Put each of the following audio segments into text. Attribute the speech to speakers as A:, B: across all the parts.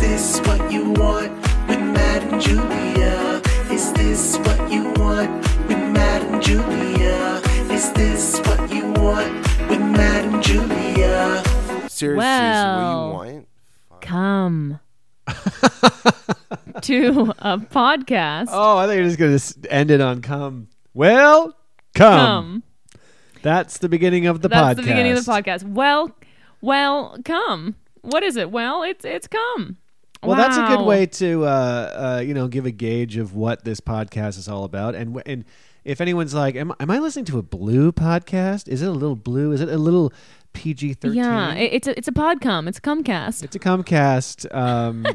A: this what you want with Matt and Julia? Is this what you want with Matt and Julia? Is this what you want with Matt and Julia?
B: Seriously,
C: Well.
B: what you want?
C: Come to a podcast.
D: Oh, I think you're just going to end it on come. Well, come.
C: Come.
D: That's the beginning of the
C: That's
D: podcast.
C: the beginning of the podcast. Well, well, come. What is it? Well, it's it's come.
D: Well, that's a good
C: Wow.
D: way to uh, uh, you know give a gauge of what this podcast is all about, and wh- and if anyone's like, am, am I listening to a blue podcast? Is it a little blue? Is it a little PG thirteen?
C: Yeah, it, it's a it's a podcom. It's a Comcast.
D: It's a Comcast. Um,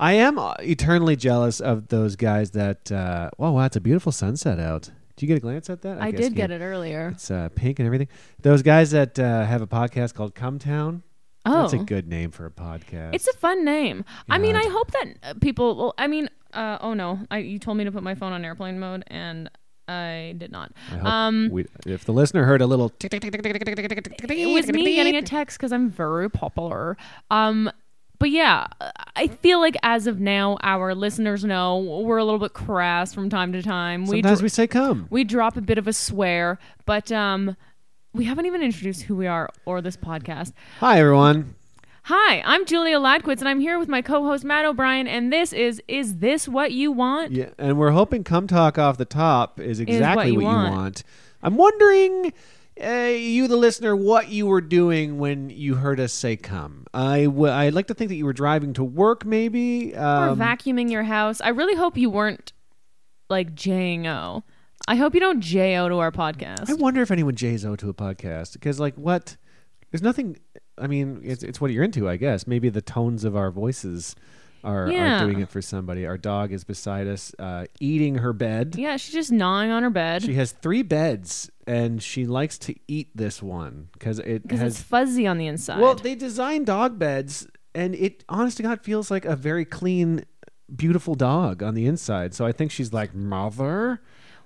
D: I am uh, eternally jealous of those guys that. Uh, wow, wow, it's a beautiful sunset out. Did you get a glance at that?
C: I,
D: guess
C: did
D: you-
C: get it earlier.
D: It's uh, pink and everything. Those guys that uh, have a podcast called Cumtown.
C: Oh,
D: That's a good name for a podcast.
C: It's a fun name. I mean,
D: Yeah.
C: I hope that uh, people. Well, I mean, uh, oh no, I, you told me to put my phone on airplane mode, and I did not.
D: I hope
C: Um,
D: we, if the listener heard a little tick, tick,
C: it was me getting a text because I'm very popular. Um, but yeah, I feel like as of now, our listeners know we're a little bit crass from time to time. We
D: sometimes
C: dr-
D: we say come.
C: we drop a bit of a swear, but um, we haven't even introduced who we are or this podcast.
D: Hi everyone.
C: Hi, I'm Julia Ladquitz, and I'm here with my co-host Matt O'Brien, and this is "Is This What You Want?"
D: Yeah, and we're hoping come talk off the top is exactly
C: you
D: what, you,
C: want.
D: want. I'm wondering. Uh, you, the listener, what you were doing when you heard us say come. I w- I'd like to think that you were driving to work, maybe.
C: Or
D: Um,
C: vacuuming your house. I really hope you weren't like jing o. I hope you don't J O to our podcast.
D: I wonder if anyone J's O to a podcast because, like, what? There's nothing. I mean, it's, it's what you're into, I guess. Maybe the tones of our voices are,
C: Yeah.
D: are doing it for somebody. Our dog is beside us, uh, eating her bed.
C: yeah, she's just gnawing on her bed
D: She has three beds, and she likes to eat this one because it
C: because it's
D: has.
C: fuzzy on the inside.
D: Well, they design dog beds, and it, honest to God, feels like a very clean, beautiful dog on the inside. So I think she's like mother.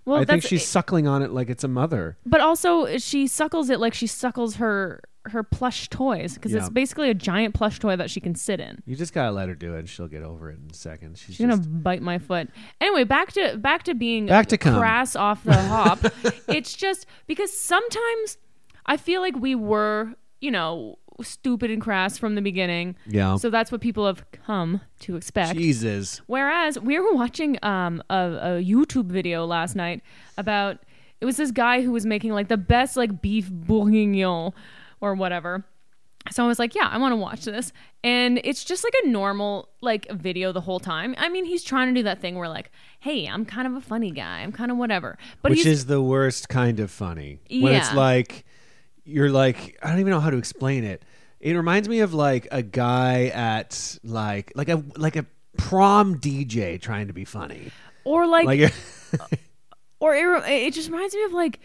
C: Well,
D: I think
C: that's-
D: she's suckling on it like it's a mother.
C: but also she suckles it like she suckles her her plush toys because it's
D: Yeah.
C: basically a giant plush toy that she can sit in.
D: You just gotta let her do it, and she'll get over it in a second. She's,
C: She's
D: just,
C: gonna bite my foot. Anyway, back to back to being
D: Back to cum.
C: crass off the hop. it's just because sometimes I feel like we were, you know, stupid and crass from the beginning.
D: Yeah.
C: So that's what people have come to expect.
D: Jesus.
C: Whereas we were watching um, a, a YouTube video last night about it was this guy who was making like the best like beef bourguignon or whatever. So I was like, yeah, I want to watch this. And it's just like a normal like video the whole time. I mean, he's trying to do that thing where like, hey, I'm kind of a funny guy. I'm kind of whatever. But
D: Which
C: he's
D: is the worst kind of funny. When it's
C: Yeah.
D: like you're like I don't even know how to explain it. It reminds me of like a guy at like like a like a prom DJ trying to be funny.
C: or like,
D: Like
C: or it, it just reminds me of like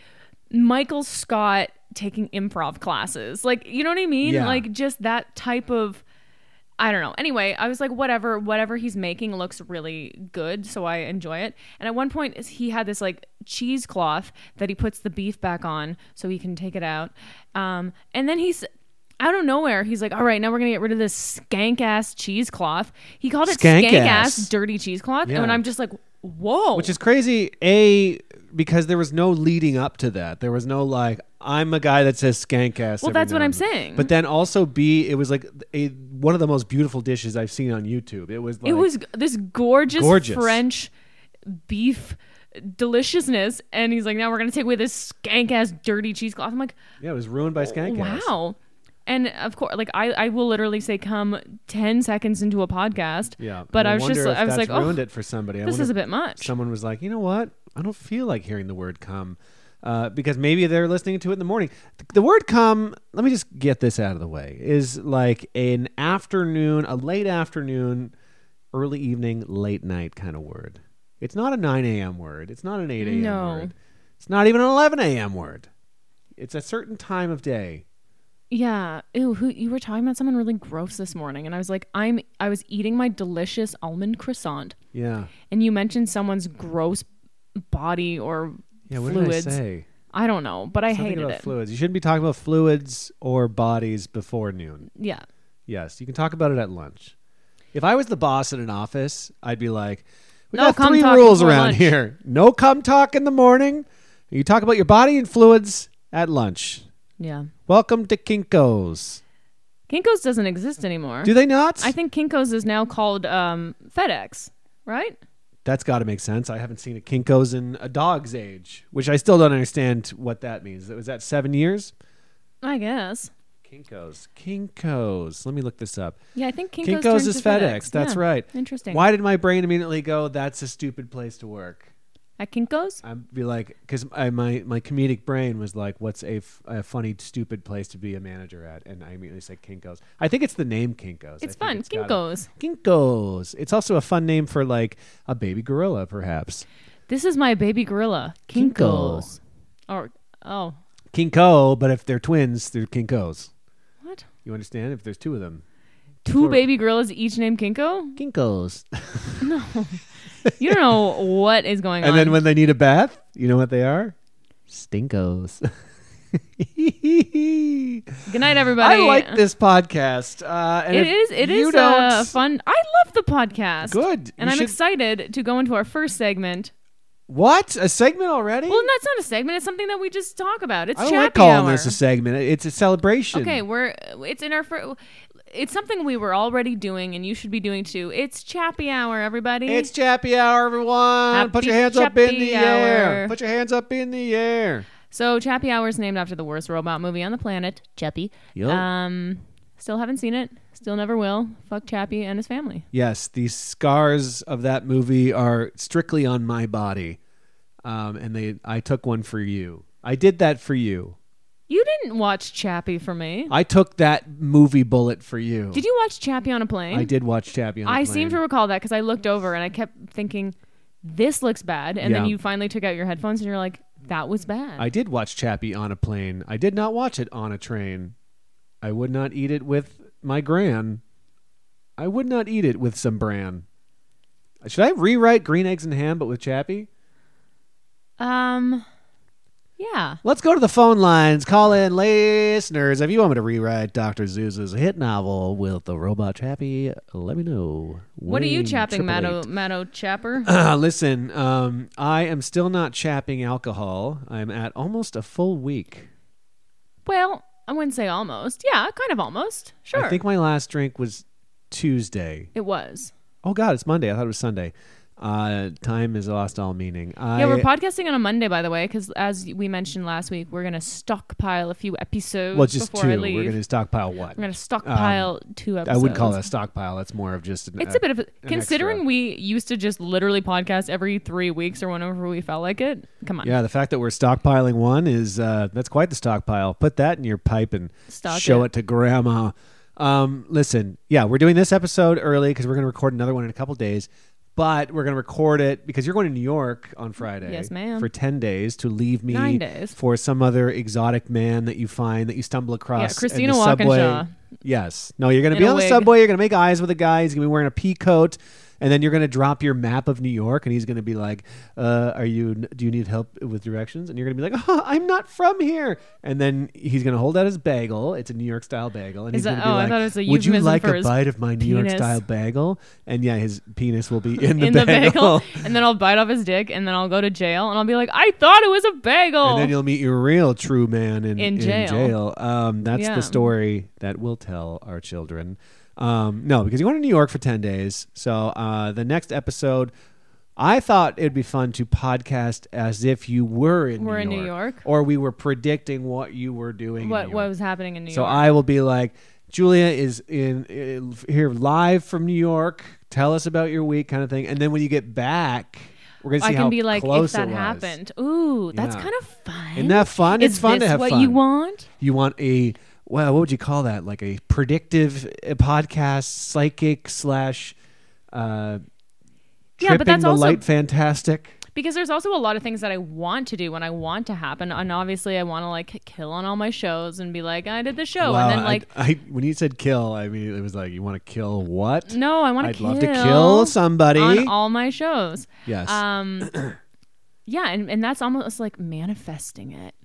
C: Michael Scott taking improv classes. Like, you know what I mean?
D: Yeah.
C: Like just that type of I don't know. Anyway, I was like whatever whatever he's making looks really good, so I enjoy it. And at one point is- he had this like cheesecloth that he puts the beef back on so he can take it out. Um and then he's out of nowhere, he's like, "All right, now we're gonna get rid of this skank ass cheesecloth." He called it
D: Skank
C: skank, ass.
D: ass.
C: dirty cheesecloth,
D: Yeah.
C: and I'm just like, "Whoa!"
D: Which is crazy, A because there was no leading up to that. There was no like I'm a guy that says skank ass.
C: Well,
D: every
C: that's what
D: now
C: I'm
D: and then.
C: saying.
D: But then also B, it was like a, one of the most beautiful dishes I've seen on YouTube. It was like
C: it was g- this gorgeous,
D: Gorgeous.
C: French beef deliciousness, and he's like, "Now we're gonna take away this skank ass dirty cheesecloth." I'm like,
D: yeah, it was ruined by skank ass.
C: Oh, "Wow!" And of course, like I, I will literally say, "Come ten seconds into a podcast."
D: Yeah,
C: but
D: and
C: I was
D: wonder
C: just,
D: if
C: I was
D: that's
C: like, "Oh,
D: ruined it for somebody. I
C: this
D: wonder
C: is a
D: if
C: bit much."
D: Someone was like, you know what? I don't feel like hearing the word "come," uh, because maybe they're listening to it in the morning. Th- The word "come," let me just get this out of the way, is like an afternoon, a late afternoon, early evening, late night kind of word. It's not a 9 a.m. word. It's not an 8 a.m.
C: No.
D: word. It's not even an 11 a.m. word. It's a certain time of day.
C: yeah, ew, who you were talking about someone really gross this morning, and I was like, "I'm," I was eating my delicious almond croissant,
D: Yeah.
C: and you mentioned someone's gross body or
D: Yeah. What
C: fluids.
D: did I say?
C: I don't know, but I
D: Something
C: hated
D: about
C: it.
D: fluids. You shouldn't be talking about fluids or bodies before noon.
C: yeah.
D: Yes, you can talk about it at lunch. If I was the boss in an office, I'd be like, "We
C: No
D: got
C: cum
D: three
C: talk
D: rules
C: before
D: around
C: lunch."
D: here: no cum talk in the morning. You talk about your body and fluids at lunch.
C: Yeah.
D: Welcome to Kinkos.
C: Kinko's doesn't exist anymore.
D: Do they not?
C: I think Kinko's is now called um, FedEx, right?
D: That's got to make sense. I haven't seen a Kinkos in a dog's age, which I still don't understand what that means. Was that seven years?
C: I guess.
D: Kinkos. Kinkos. Let me look this up.
C: Yeah, I think Kinko's,
D: Kinkos,
C: turned
D: is
C: to
D: FedEx. That's
C: Yeah.
D: right.
C: Interesting.
D: Why did my brain immediately go, that's a stupid place to work?
C: At Kinko's?
D: I'd be like, because my, my comedic brain was like, what's a, f- a funny, stupid place to be a manager at? And I immediately said Kinkos. I think it's the name Kinkos. I
C: It's
D: think
C: fun.
D: gotta-
C: Kinkos.
D: Kinkos. It's also a fun name for like a baby gorilla, perhaps.
C: This is my baby gorilla.
D: Kinko.
C: Kinko's. Or oh,
D: Kinko, but if they're twins, they're Kinkos.
C: what?
D: You understand? If there's two of them,
C: Two
D: Sure.
C: baby gorillas each named Kinko?
D: Kinkos.
C: You don't know what is going
D: and
C: on.
D: then when they need a bath, you know what they are? Stinkos.
C: Good night, everybody.
D: I like this podcast. Uh, and
C: It
D: if
C: is. It
D: you
C: is
D: don't-
C: uh, fun. I love the podcast.
D: Good.
C: And
D: You
C: I'm
D: should-
C: excited to go into our first segment.
D: What a segment already!
C: Well, that's not a segment. It's something that we just talk about. It's
D: I don't
C: Chappy
D: like calling
C: hour.
D: this a segment. It's a celebration.
C: Okay, we're it's in our first. It's something we were already doing, and you should be doing too. It's Chappy Hour, everybody.
D: It's Chappy Hour, everyone. Put
C: Happy
D: your hands up in
C: Chappy
D: the air.
C: Hour.
D: Put your hands up in the air.
C: so Chappy Hour is named after the worst robot movie on the planet, Chappy.
D: Yup.
C: Um, still haven't seen it. Still never will. Fuck Chappy and his family.
D: Yes, the scars of that movie are strictly on my body, um, and they. I took one for you. I did that for you.
C: You didn't watch Chappy for me.
D: I took that movie bullet for you.
C: Did you watch Chappie on a plane?
D: I did watch Chappie on a
C: I
D: Plane.
C: seem to recall that because I looked over and I kept thinking, "This looks bad," and then
D: Yeah.
C: you finally took out your headphones and you're like, "That was bad."
D: I did watch Chappie on a plane. I did not watch it on a train. I would not eat it with my gran. I would not eat it with some bran. Should I rewrite Green Eggs and Ham, but with Chappie?
C: um, yeah.
D: Let's go to the phone lines. Call in listeners. If you want me to rewrite Dr. Zeus's hit novel with the robot Chappie, let me know.
C: What are you
D: Wayne,
C: chapping,
D: 888.
C: Matto Matto Chapper?
D: Listen, um, I am still not chapping alcohol. I'm at almost a full week.
C: well, I wouldn't say almost. Yeah, kind of almost. Sure,
D: I think my last drink was Tuesday.
C: it was.
D: Oh God, it's Monday. I thought it was Sunday. Uh, time has lost all meaning. I,
C: Yeah, we're podcasting on a Monday, by the way, because as we mentioned last week, we're gonna stockpile a few episodes
D: well, just
C: before
D: two.
C: I leave.
D: We're gonna stockpile what?
C: We're gonna stockpile two
D: I
C: episodes.
D: wouldn't call that a stockpile. That's more of just. An,
C: It's a bit of a, considering
D: extra.
C: we used to just literally podcast every three weeks or whenever we felt like it. Come on,
D: Yeah, the fact that we're stockpiling one is uh, that's quite the stockpile. Put that in your pipe and
C: Stock
D: show it.
C: it.
D: to grandma. Um, listen, yeah, we're doing this episode early because we're going to record another one in a couple days, but we're going to record it because you're going to New York on Friday.
C: Yes, ma'am.
D: For ten days to leave me
C: Nine days.
D: for some other exotic man that you find that you stumble across. in
C: Christina
D: the
C: Walkinshaw.
D: subway. Yes. No, you're going to
C: In
D: be
C: a
D: on the
C: wig.
D: subway. You're going to make eyes with a guy. He's going to be wearing a pea coat, and then you're going to drop your map of New York, and he's going to be like, uh, "Are you? Do you need help with directions?" And you're going to be like, oh, "I'm not from here." And then he's going to hold out his bagel. It's a New York style bagel, and
C: Is
D: he's
C: that-
D: going to be
C: oh, I
D: like,
C: thought it was a
D: "Would you
C: euphemism
D: like
C: for
D: a
C: his
D: bite of my New York
C: penis.
D: style bagel?" And yeah, his penis will be in the
C: in the bagel, and then I'll bite off his dick, and then I'll go to jail, and I'll be like, I thought it was a bagel.
D: And then you'll meet your real true man in,
C: Oh. In jail.
D: jail. Um, that's
C: Yeah.
D: the story that we'll tell our children. Um, no, because you went to New York for 10 days. So uh, the next episode, I thought it'd be fun to podcast as if you were in,
C: We're
D: New,
C: in New
D: York,
C: York.
D: Or we were predicting what you were doing. in
C: what
D: New
C: what
D: York.
C: was happening in New
D: So
C: York?
D: I will be like, Julia is in, uh, here live from New York. Tell us about your week, kind of thing. And then when you get back, we're gonna see
C: I
D: how
C: can be like, if
D: close
C: that
D: it was.
C: happened, ooh, that's
D: Yeah.
C: kind of fun.
D: Isn't that fun?
C: Is
D: it's fun to
C: this
D: have
C: what
D: fun.
C: you want?
D: You want a well, what would you call that? Like a predictive uh, podcast, psychic slash,
C: Yeah,
D: uh, tripping
C: but that's
D: the
C: also-
D: light, fantastic.
C: Because there's also a lot of things that I want to do when I want to happen, and obviously I want to like kill on all my shows and be like, I did the show,
D: wow,
C: Oh, and then like,
D: I, I, when you said kill, I mean it was like you want to kill what?
C: no, I want
D: I'd
C: kill
D: love to kill somebody.
C: on all my shows.
D: yes,
C: Um, yeah, and, and that's almost like manifesting it.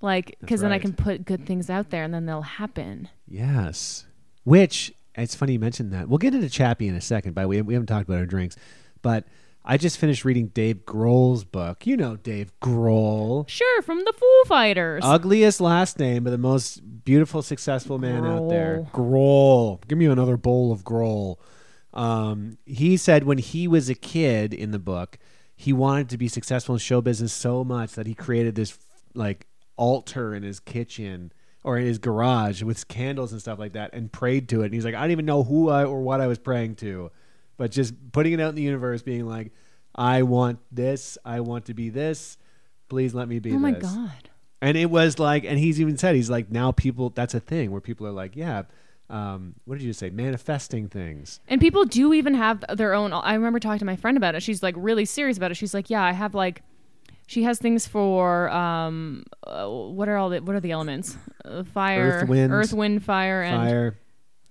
C: Like, because then I
D: right.
C: can put good things out there and then they'll happen.
D: yes. Which It's funny you mentioned that. We'll get into Chappie in a second, but we, we haven't talked about our drinks. But I just finished reading Dave Grohl's book. You know Dave Grohl.
C: Sure, from the Foo Fighters.
D: Oh, Ugliest last name, but the most beautiful, successful man out there. Grohl. Give me another bowl of Grohl. Um, he said when he was a kid in the book, he wanted to be successful in show business so much that he created this like altar in his kitchen or in his garage with candles and stuff like that and prayed to it. And he's like, I don't even know who I or what I was praying to, but just putting it out in the universe, being like, I want this. I want to be this. Please let me be
C: oh my
D: this.
C: god.
D: And it was like, and he's even said, he's like, now people, that's a thing where people are like, yeah, um, what did you say? Manifesting things.
C: And people do even have their own. I remember talking to my friend about it. She's like really serious about it. She's like, yeah, I have like, she has things for um, uh, what are all the what are the elements? Uh, fire,
D: Earth, wind.
C: earth, wind, fire, and
D: Fire,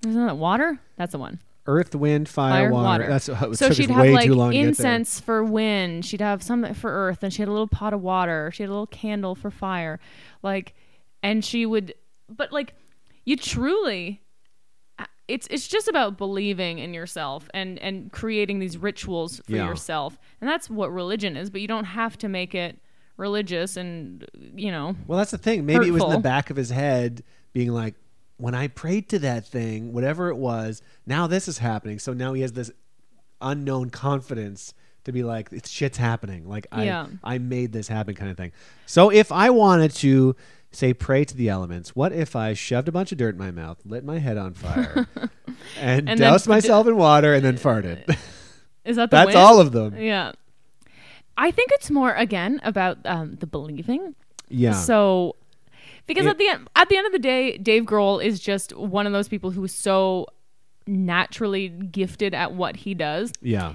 C: isn't that water? That's the one.
D: earth, wind, fire,
C: Fire,
D: water.
C: water.
D: That's it
C: so
D: took
C: she'd
D: us
C: have
D: way
C: like
D: too long to get there.
C: incense for wind. She'd have some for earth, and she had a little pot of water. She had a little candle for fire, like, and she would. But like, you truly, uh, it's it's just about believing in yourself and and creating these rituals for
D: Yeah.
C: yourself, and that's what religion is. But you don't have to make it religious, and you know,
D: Well, that's the thing. Maybe it was in the
C: hurtful.
D: back of his head being like, when I prayed to that thing, whatever it was, now this is happening. So now he has this unknown confidence to be like, it's shit's happening. Like I,
C: Yeah.
D: I made this happen kind of thing. So if I wanted to say pray to the elements, what if I shoved a bunch of dirt in my mouth, lit my head on fire,
C: And
D: and,
C: then
D: doused
C: put-
D: myself in water and then farted?
C: is that the
D: That's
C: wind?
D: all of them.
C: Yeah, I think it's more again about um, the believing.
D: Yeah.
C: So, because
D: It-
C: at the end, at the end of the day, Dave Grohl is just one of those people who is so naturally gifted at what he does,
D: yeah.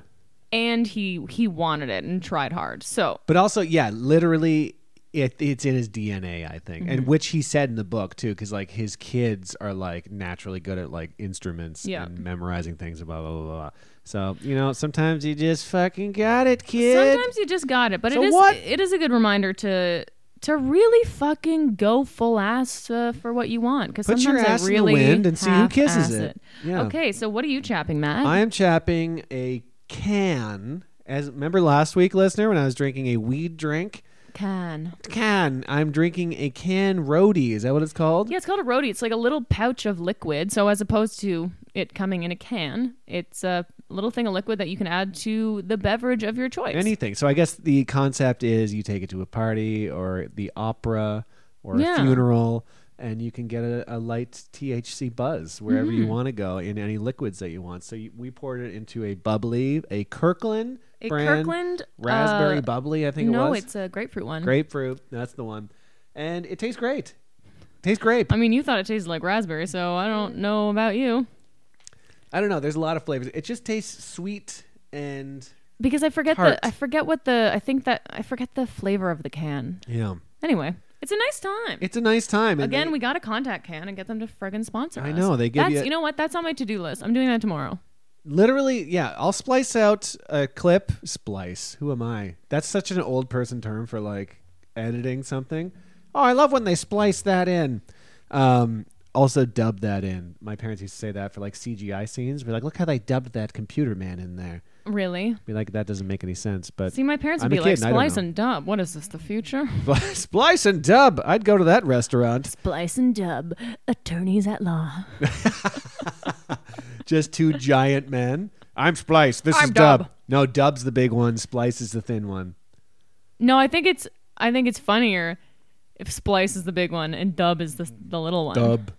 C: and he he wanted it and tried hard. So,
D: But also, yeah, literally, it, it's in his DNA, I think,
C: Mm-hmm.
D: and which he said in the book too, because like his kids are like naturally good at like instruments
C: Yeah.
D: and memorizing things and blah blah blah. blah. So you know, sometimes you just fucking got it, kid.
C: sometimes you just got it, but
D: So
C: it is
D: what-
C: it is a good reminder to to really fucking go full ass uh, for what you want because
D: Put
C: sometimes
D: your ass
C: I
D: in the
C: really
D: wind and see who
C: half-ass
D: kisses it. Yeah.
C: Okay, so what are you chapping, Matt?
D: I am chapping a can. As remember last week, listener, when I was drinking a weed drink
C: Can
D: can, I'm drinking a can roadie. Is that what it's called?
C: Yeah, it's called a roadie. It's like a little pouch of liquid. So as opposed to it coming in a can, it's a little thing of liquid that you can add to the beverage of your choice.
D: anything. So I guess the concept is you take it to a party or the opera or a
C: Yeah.
D: funeral, and you can get a, a light THC buzz wherever
C: Mm-hmm.
D: you want to go in any liquids that you want. So you, we poured it into a bubbly, a Kirkland
C: A
D: brand
C: Kirkland,
D: raspberry
C: uh,
D: bubbly. I think it
C: No,
D: was
C: it's a grapefruit one.
D: grapefruit. That's the one, and it tastes great. Tastes grape.
C: I mean, you thought it tasted like raspberry, so I don't know about you.
D: I don't know. There's a lot of flavors. It just tastes sweet and
C: Because I forget
D: Tart.
C: the I forget what the I think that I forget the flavor of the can.
D: yeah.
C: Anyway, it's a nice time.
D: It's a nice time. and
C: Again,
D: they-
C: we got to contact Can and get them to friggin' sponsor
D: I
C: us.
D: know, they give
C: That's,
D: you a-
C: you know what? That's on my to do list. I'm doing that tomorrow.
D: Literally, yeah. I'll splice out a clip. Splice. Who am I? That's such an old person term for like editing something. Oh, I love when they splice that in. Um, also, dub that in. My parents used to say that for like CGI scenes. Be like, look how they dubbed that computer man in there.
C: Really?
D: Be like, that doesn't make any sense. But
C: See, my parents would
D: I'm
C: be
D: a
C: like,
D: kid and I don't
C: "Splice and dub. What is this? The future?"
D: know." splice and dub. I'd go to that restaurant.
C: Splice and Dub, attorneys at law.
D: Just two giant men. I'm Splice. This
C: I'm
D: is dub.
C: Dub.
D: No, Dub's the big one. Splice is the thin one.
C: No, I think it's I think it's funnier if Splice is the big one and Dub is the the little one.
D: Dub.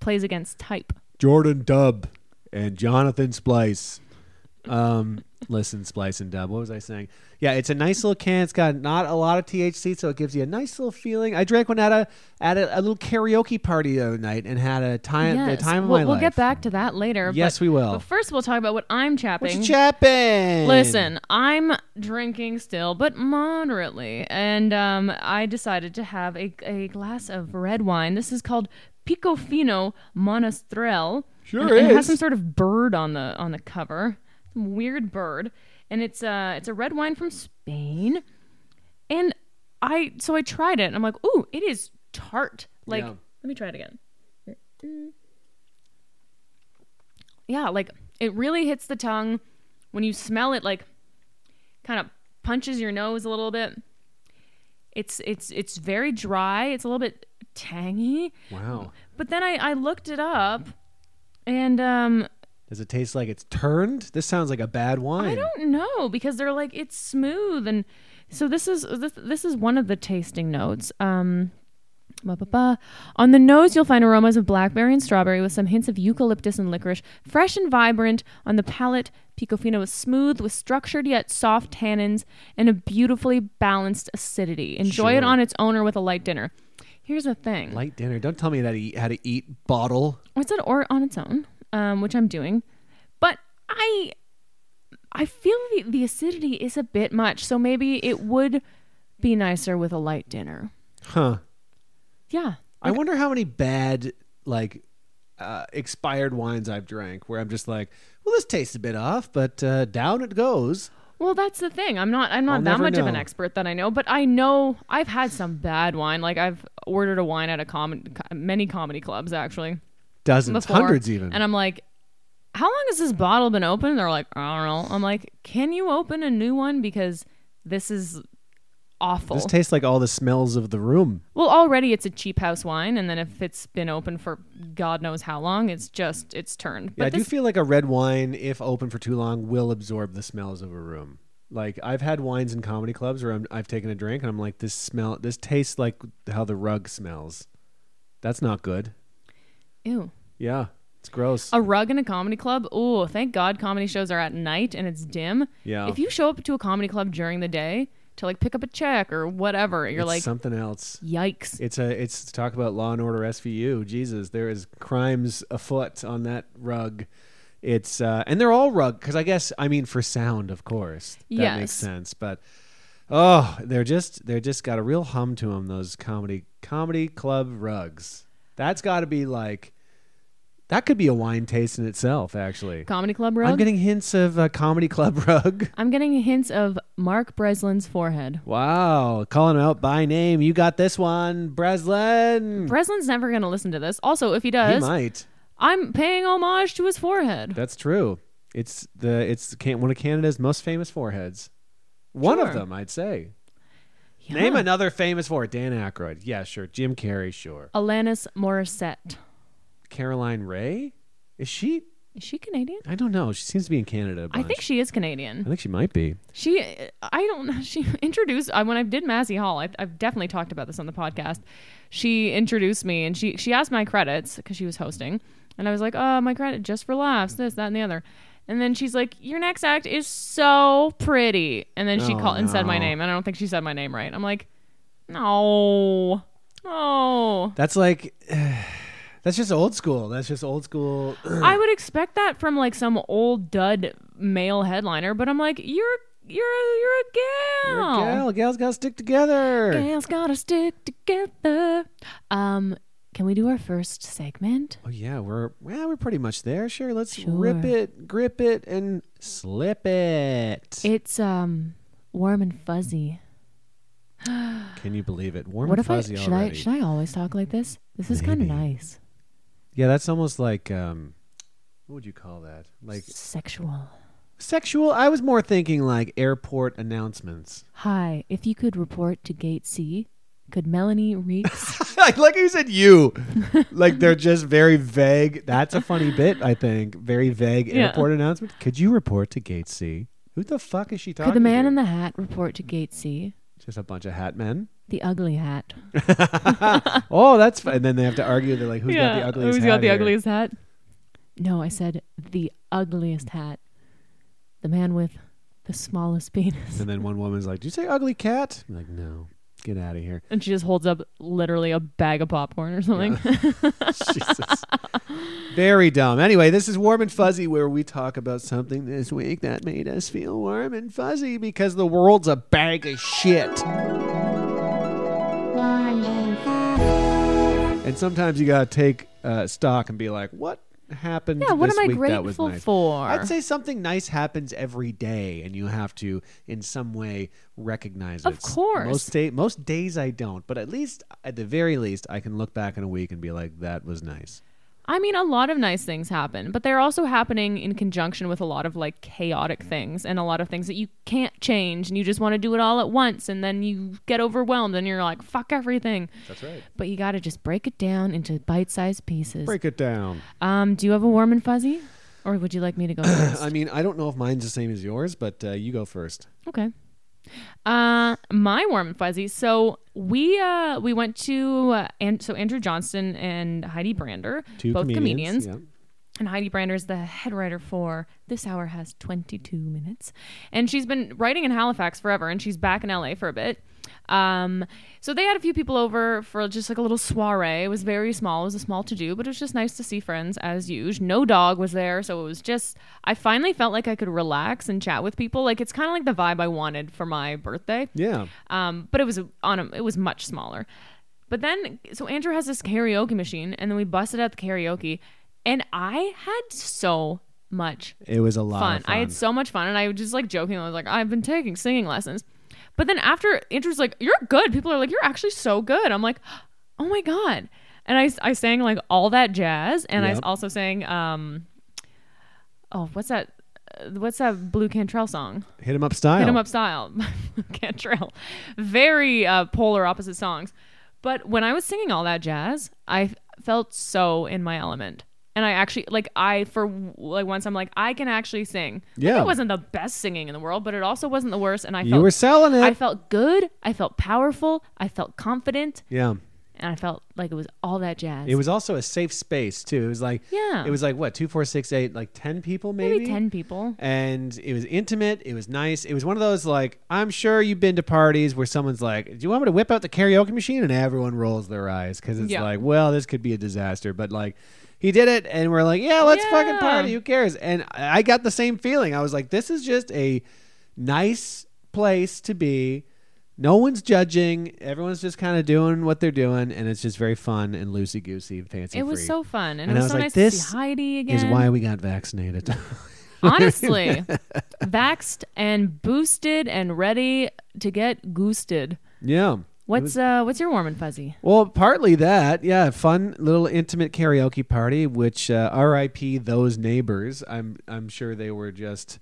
C: plays against type.
D: Jordan Dub and Jonathan Splice. Um, listen, Splice and Dub. What was I saying? Yeah, it's a nice little can. It's got not a lot of THC, so it gives you a nice little feeling. I drank one at a at a, a little karaoke party the other night and had a time the time of
C: we'll,
D: my
C: we'll
D: life.
C: get back to that later.
D: Yes,
C: but-
D: we will.
C: But first, we'll talk about what I'm chapping.
D: What's chapping?
C: Listen, I'm drinking still, but moderately, and um, I decided to have a, a glass of red wine. This is called Picofino Monastrell.
D: Sure
C: and, and It
D: is.
C: has some sort of bird on the on the cover, some weird bird, and it's uh it's a red wine from Spain, and I so I tried it, and I'm like, ooh, it is tart. Like,
D: Yeah.
C: let me try it again. yeah, like it really hits the tongue when you smell it. Like kind of punches your nose a little bit. It's it's it's very dry. It's a little bit tangy.
D: Wow.
C: But then I I looked it up, and um
D: Does it taste like it's turned? This sounds like a bad wine.
C: I don't know because they're like it's smooth and so this is this, this is one of the tasting notes. Um ba, ba, ba. On the nose, you'll find aromas of blackberry and strawberry with some hints of eucalyptus and licorice. Fresh and vibrant on the palate, Picofino is smooth with structured yet soft tannins and a beautifully balanced acidity. Enjoy it
D: Sure.
C: on its own or with a light dinner. Here's the thing.
D: Light dinner. Don't tell me that he had to eat bottle.
C: It's an or on its own, um, which I'm doing, but I I feel the, the acidity is a bit much, so maybe it would be nicer with a light dinner.
D: Huh.
C: Yeah,
D: I wonder how many bad like uh, expired wines I've drank where I'm just like, well, this tastes a bit off, but uh, down it goes.
C: well that's the thing. I'm not I'm not
D: I'll
C: that
D: never
C: much of an
D: know.
C: expert that I know, but I know I've had some bad wine. Like I've ordered a wine at a com- many comedy clubs actually.
D: Dozens,
C: before,
D: hundreds even.
C: And I'm like, how long has this bottle been open? They're like, I don't know. I'm like, can you open a new one because this is awful.
D: this tastes like all the smells of the room.
C: Well, already it's a cheap house wine, and then if it's been open for God knows how long, it's just it's turned.
D: Yeah, I
C: But
D: do
C: this,
D: feel like a red wine, if open for too long, will absorb the smells of a room. Like I've had wines in comedy clubs where I'm, I've taken a drink and I'm like, this smell, this tastes like how the rug smells. That's not good.
C: ew,
D: Yeah, it's gross.
C: a rug in a comedy club. Oh, thank God, comedy shows are at night and it's dim.
D: Yeah.
C: If you show up to a comedy club during the day to like pick up a check or whatever, you're
D: It's
C: like,
D: something else.
C: yikes.
D: It's a it's talk about Law and Order SVU. Jesus, there is crimes afoot on that rug. It's uh, and they're all rug because I guess I mean for sound, of course, that
C: Yes.
D: makes sense. But oh, they're just they're just got a real hum to them. Those comedy comedy club rugs. That's got to be like that could be a wine taste in itself. Actually,
C: Comedy club rug.
D: I'm getting hints of a comedy club rug.
C: I'm getting hints of Mark Breslin's
D: Hmm.
C: forehead.
D: Wow, calling him out by name. You got this one, Breslin.
C: Breslin's never gonna listen to this. Also, if he
D: he
C: does,
D: might.
C: I'm paying homage to his forehead.
D: That's true. It's the it's Can- one of Canada's most famous foreheads. One of
C: Sure.
D: them, I'd say.
C: Yeah.
D: Name another famous forehead. Dan Aykroyd. Yeah, sure. Jim Carrey. Sure.
C: Alanis Morissette.
D: Caroline Ray. Is she?
C: Is she Canadian?
D: I don't know. She seems to be in Canada. a
C: I
D: bunch.
C: think she is Canadian.
D: I think she might be.
C: She, I don't know. She introduced I, when I did Massey Hall. I've, I've definitely talked about this on the podcast. She introduced me and she she asked my credits because she was hosting, and I was like, "Oh, my credit just for laughs, this, that, and the other." And then she's like, "Your next act is so pretty," and then she
D: Oh,
C: called and said my
D: no.
C: name, and I don't think she said my name right. I'm like, "No, Oh. no."
D: That's like. That's just old school. That's just old school.
C: I would expect that from like some old dud male headliner, but I'm like, "You're you're you're a gal."
D: Gal, gals gotta stick together.
C: Gals gotta stick together. Um, can we do our first segment?
D: Oh yeah, we're well, we're pretty much there. Sure, let's rip
C: Sure.
D: it, grip it, and slip it.
C: It's um warm and fuzzy.
D: Can you believe it? Warm
C: what
D: and
C: if I
D: fuzzy
C: should
D: already.
C: I should I always talk like this? This is kind of
D: Maybe.
C: nice.
D: Yeah, that's almost like um, what would you call that? Like
C: Sexual.
D: sexual? I was more thinking like airport announcements.
C: Hi, if you could report to Gate C, could Melanie Reeks?
D: like like you said, you. like they're just very vague. That's a funny bit, I think. Very vague
C: Yeah.
D: airport announcement. Could you report to Gate C? Who the fuck is she talking?
C: could the man
D: to?
C: in the hat report to Gate C?
D: just a bunch of hat men?
C: The ugly hat.
D: Oh, that's fun. And then they have to argue. They're like, who's
C: yeah,
D: got the ugliest?
C: who's
D: hat
C: got the
D: here?
C: ugliest hat? No, I said the ugliest hat. The man with the smallest penis.
D: And then one woman's like, "Did you say ugly cat?" I'm like, no, get out of here.
C: And she just holds up literally a bag of popcorn or something.
D: Jesus, very dumb. Anyway, this is warm and fuzzy, where we talk about something this week that made us feel warm and fuzzy because the world's a bag of shit. And sometimes you gotta take uh, stock and be like, "What happened?"
C: Yeah, what
D: this
C: am I
D: week that was
C: grateful
D: nice?
C: for?
D: I'd say something nice happens every day, and you have to, in some way, recognize it.
C: Of course.
D: most day, most days I don't, but at least, at the very least, I can look back in a week and be like, "That was nice."
C: I mean, a lot of nice things happen, but they're also happening in conjunction with a lot of like
D: Mm.
C: chaotic things and a lot of things that you can't change and you just want to do it all at once and then you get overwhelmed and you're like, fuck everything.
D: That's right.
C: But you got to just break it down into bite sized pieces.
D: Break it down.
C: Um, do you have a warm and fuzzy? Or would you like me to go first?
D: I mean, I don't know if mine's the same as yours, but uh, you go first.
C: Okay. Uh, my warm and fuzzy. So we uh we went to uh, and so Andrew Johnston and Heidi Brander,
D: Two
C: both
D: comedians.
C: and Heidi Brander is the head writer for This Hour Has 22 Minutes. And she's been writing in Halifax forever, and she's back in LA for a bit. Um, so they had a few people over for just like a little soiree. It was very small. It was a small to do, but it was just nice to see friends as usual. No dog was there, so it was just I finally felt like I could relax and chat with people. Like it's kind of like the vibe I wanted for my birthday
D: Yeah. yeah.
C: um, but it was on a, it was much smaller. But then, so Andrew has this karaoke machine, and then we busted out the karaoke, and I had so much
D: It was a lot
C: fun.
D: of fun.
C: I had so much fun, and I was just like joking. I was like, I've been taking singing lessons, but then after Andrew's like, "You're good." People are like, "You're actually so good." I'm like, "Oh my god!" And I I sang like all that jazz, and
D: Yep.
C: I also sang um, oh what's that? uh, What's that Blue Cantrell song?
D: Hit him up style.
C: Hit 'em up style, Cantrell. Very uh, polar opposite songs. But when I was singing all that jazz, I f- felt so in my element. And I actually like I for like once I'm like I can actually sing. Like,
D: Yeah.
C: it wasn't the best singing in the world, but it also wasn't the worst. And I
D: You
C: felt
D: were selling it.
C: I felt good. I felt powerful. I felt confident,
D: yeah.
C: and I felt like it was all that jazz.
D: It was also a safe space too. It was like
C: Yeah.
D: It was like what two, four, six, eight, like ten people maybe.
C: maybe ten people.
D: And it was intimate. It was nice. It was one of those like I'm sure you've been to parties where someone's like, "Do you want me to whip out the karaoke machine?" and everyone rolls their eyes because it's
C: Yeah.
D: like, "Well, this could be a disaster," but like. He did it, and we're like, "Yeah, let's fucking
C: Yeah.
D: party. Who cares?" And I I got the same feeling. I was like, "This is just a nice place to be. No one's judging. Everyone's just kind of doing what they're doing, and it's just very fun and loosey goosey, fancy."
C: It was
D: free.
C: so fun, and,
D: And
C: it
D: I
C: was,
D: was
C: so
D: like,
C: nice to
D: "This
C: see Heidi again.
D: is why we got vaccinated.
C: Honestly, vaxxed and boosted and ready to get goosted.
D: yeah.
C: What's uh what's your warm and fuzzy?
D: Well, partly that, yeah, fun little intimate karaoke party. Which uh, R.I.P. those neighbors. I'm I'm sure they were just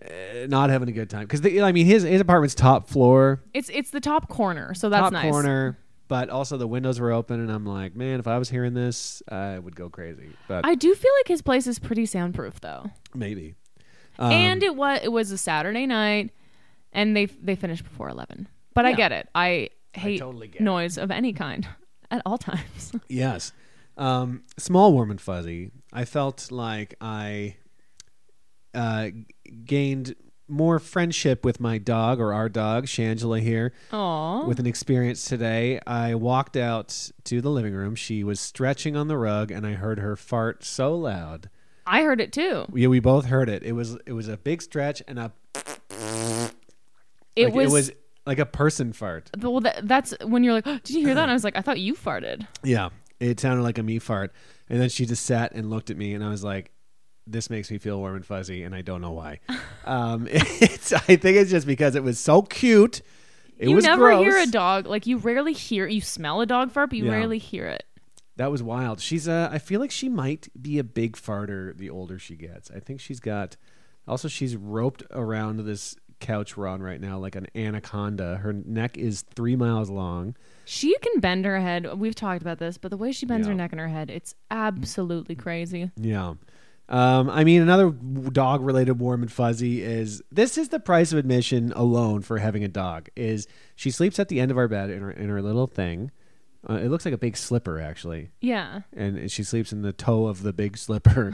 D: uh, not having a good time because I mean his his apartment's top floor,
C: It's it's the top corner, so that's
D: top
C: nice.
D: corner, but also the windows were open, and I'm like, man, if I was hearing this, I would go crazy. But
C: I do feel like his place is pretty soundproof though.
D: maybe. Um,
C: and it was it was a Saturday night and they they finished before 11. But I get it. I hate
D: totally get it.
C: noise of any kind at all times.
D: Yes. Um, small, warm, and fuzzy. I felt like I uh, g- gained more friendship with my dog or our dog, Shangela, here
C: Aw.
D: with an experience today. I walked out to the living room. She was stretching on the rug, and I heard her fart so loud.
C: I heard it too.
D: Yeah, we both heard it. It was it was a big stretch and a
C: It,
D: like,
C: was,
D: it was like a person fart.
C: well that, that's when you're like, "Oh, "Did you hear that?" And I was like, "I thought you farted."
D: Yeah, it sounded like a me fart. And then she just sat and looked at me, and I was like, "This makes me feel warm and fuzzy," and I don't know why. um, it's, I think it's just because it was so cute. It
C: you
D: was
C: never
D: gross.
C: hear a dog like you rarely hear you smell a dog fart, but you
D: Yeah.
C: rarely hear it.
D: that was wild. She's. Uh, I feel like she might be a big farter the older she gets. I think she's got. Also, she's roped around this couch we're on right now like an anaconda. Her neck is three miles long.
C: She can bend her head. We've talked about this, but the way she bends her
D: Yeah.
C: neck and her head, it's absolutely crazy.
D: Yeah. Um, I mean, another dog related warm and fuzzy is this is the price of admission alone for having a dog is she sleeps at the end of our bed in her, in her little thing. Uh, it looks like a big slipper actually.
C: Yeah.
D: And, and she sleeps in the toe of the big slipper.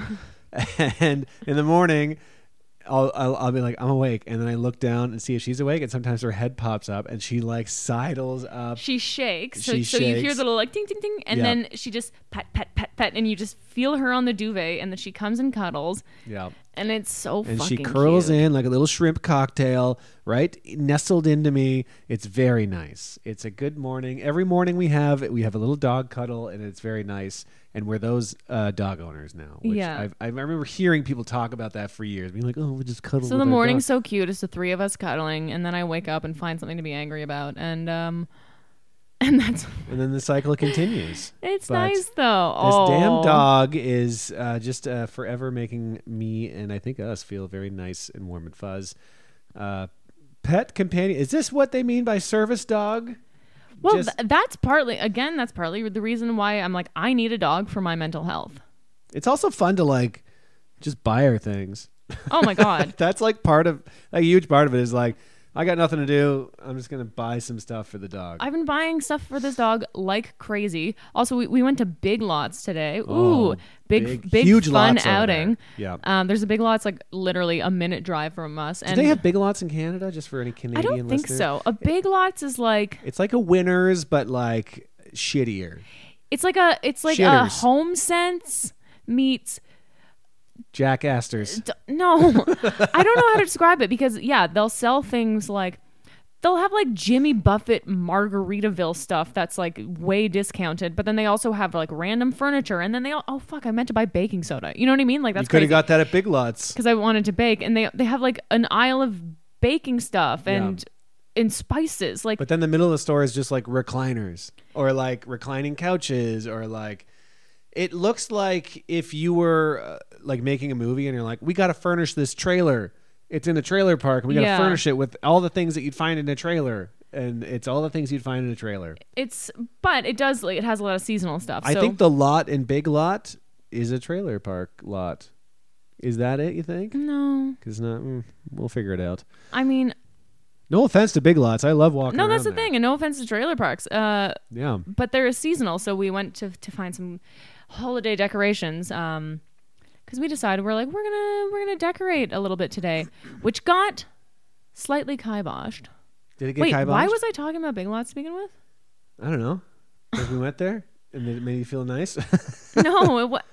D: and in the morning, I'll, I'll, I'll be like, I'm awake. And then I look down and see if she's awake. And sometimes her head pops up and she like sidles up.
C: She shakes. So,
D: She
C: so you hear
D: shakes.
C: the little like ding ding ding and
D: Yeah.
C: then she just pat pat pat pat and you just feel her on the duvet and then she comes and cuddles
D: Yeah.
C: and it's so
D: and she
C: fucking
D: curls
C: cute.
D: in like a little shrimp cocktail, right nestled into me. It's very nice. It's a good morning. Every morning we have we have a little dog cuddle, and it's very nice. And we're those uh, dog owners now. Which
C: Yeah.
D: I've, I remember hearing people talk about that for years, being like, "Oh, we just cuddle."
C: So
D: with
C: the
D: our
C: morning's
D: dog."
C: so cute. It's the three of us cuddling and then I wake up and find something to be angry about and um and that's
D: and then the cycle continues.
C: it's
D: But
C: nice though.
D: This
C: oh.
D: damn dog is uh, just uh, forever making me and I think us feel very nice and warm and fuzz. Uh, pet companion. Is this what they mean by service dog?
C: Well,
D: Just-
C: th- that's partly again. That's partly the reason why I'm like I need a dog for my mental health.
D: It's also fun to like just buy her things.
C: Oh my god.
D: That's like part of a huge part of it is like I got nothing to do. I'm just gonna buy some stuff for the dog.
C: I've been buying stuff for this dog like crazy. Also, we, we went to Big Lots today. Ooh,
D: Oh,
C: big,
D: big-
C: big,
D: huge
C: fun
D: Lots over
C: outing.
D: there. Yeah.
C: Um, there's a Big Lots like literally a minute drive from us.
D: do
C: And
D: they have big lots in Canada just for any
C: I
D: Canadian?
C: don't think
D: listener?
C: so. A Big Lots is like
D: It's like a Winners, but like shittier.
C: it's like a it's like a
D: Shitters.
C: Home Sense meets
D: Jack Astor's.
C: D- no i don't know how to describe it because yeah they'll sell things like they'll have like jimmy buffett margaritaville stuff that's like way discounted but then they also have like random furniture and then they all oh fuck i meant to buy baking soda you know what i mean like
D: You
C: that's
D: could
C: crazy
D: have got that at Big Lots.
C: because i wanted to bake and they they have like an aisle of baking stuff and and spices like
D: But then the middle of the store is just like recliners or like reclining couches or like it looks like if you were uh, like making a movie and you're like, we got to furnish this trailer. It's in a trailer park. We got to
C: Yeah.
D: furnish it with all the things that you'd find in a trailer. And it's all the things you'd find in a trailer.
C: it's but it does like it has a lot of seasonal stuff
D: I
C: so
D: think the lot in Big Lot is a trailer park lot. Is that it, you think?
C: Mm. no
D: Because not, mm, we'll figure it out.
C: i mean
D: No offense to Big Lots. I love walking
C: no that's the
D: around
C: thing and no offense to trailer parks uh
D: there. Yeah.
C: but they're seasonal so we went to to find some holiday decorations um because we decided we're like we're gonna we're gonna decorate a little bit today which got slightly kiboshed
D: Did it get
C: wait why
D: kiboshed?
C: was i talking about big lots to begin with
D: I don't know. Because we went there and it made you feel nice.
C: no it, what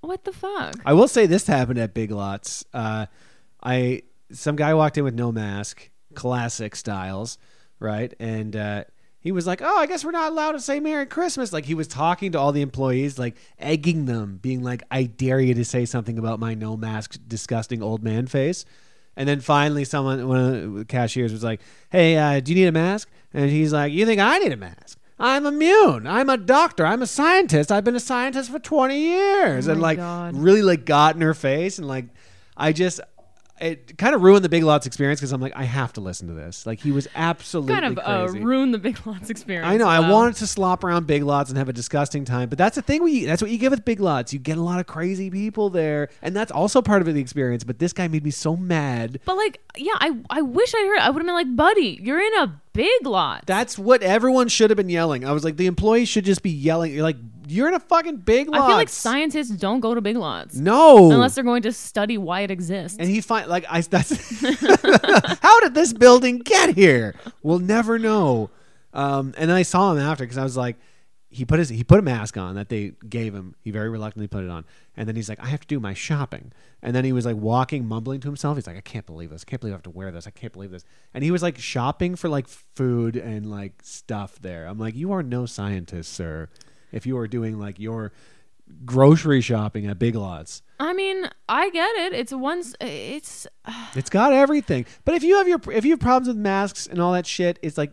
C: what the fuck
D: I will say this happened at Big Lots. Uh, I some guy walked in with no mask, classic styles, right? And uh, he was like, "Oh, I guess we're not allowed to say Merry Christmas." Like he was talking to all the employees, like egging them, being like, "I dare you to say something about my no mask, disgusting old man face." And then finally, someone, one of the cashiers, was like, "Hey, uh, do you need a mask?" And he's like, "You think I need a mask?" I'm immune. I'm a doctor. I'm a scientist. I've been a scientist for 20 years.
C: Oh
D: and
C: my
D: like
C: God.
D: really like got in her face and like I just it kind of ruined the Big Lots experience because I'm like I have to listen to this. Like he was absolutely
C: kind of uh,
D: crazy.
C: ruined the big lots experience
D: I know. I
C: Wow.
D: wanted to slop around Big Lots and have a disgusting time, but that's the thing. We that's what you get with Big Lots. You get a lot of crazy people there, and that's also part of the experience. But this guy made me so mad.
C: but like yeah i i wish i heard i would have been like buddy you're in a big lot
D: That's what everyone should have been yelling. I was like, the employees should just be yelling. You're like, you're in a fucking Big Lots.
C: i feel like scientists don't go to big lots
D: No,
C: unless they're going to study why it exists
D: And he find like I that's how did this building get here? We'll never know. Um, and then I saw him after because I was like, he put his he put a mask on that they gave him. He very reluctantly put it on, and then he's like, I have to do my shopping. And then he was like walking, mumbling to himself. He's like, I can't believe this. I can't believe I have to wear this. I can't believe this. And he was like shopping for like food and like stuff there. I'm like, you are no scientist, sir. If you are doing like your grocery shopping at Big Lots.
C: I mean, I get it. It's once it's
D: It's got everything. But if you have your if you have problems with masks and all that shit, it's like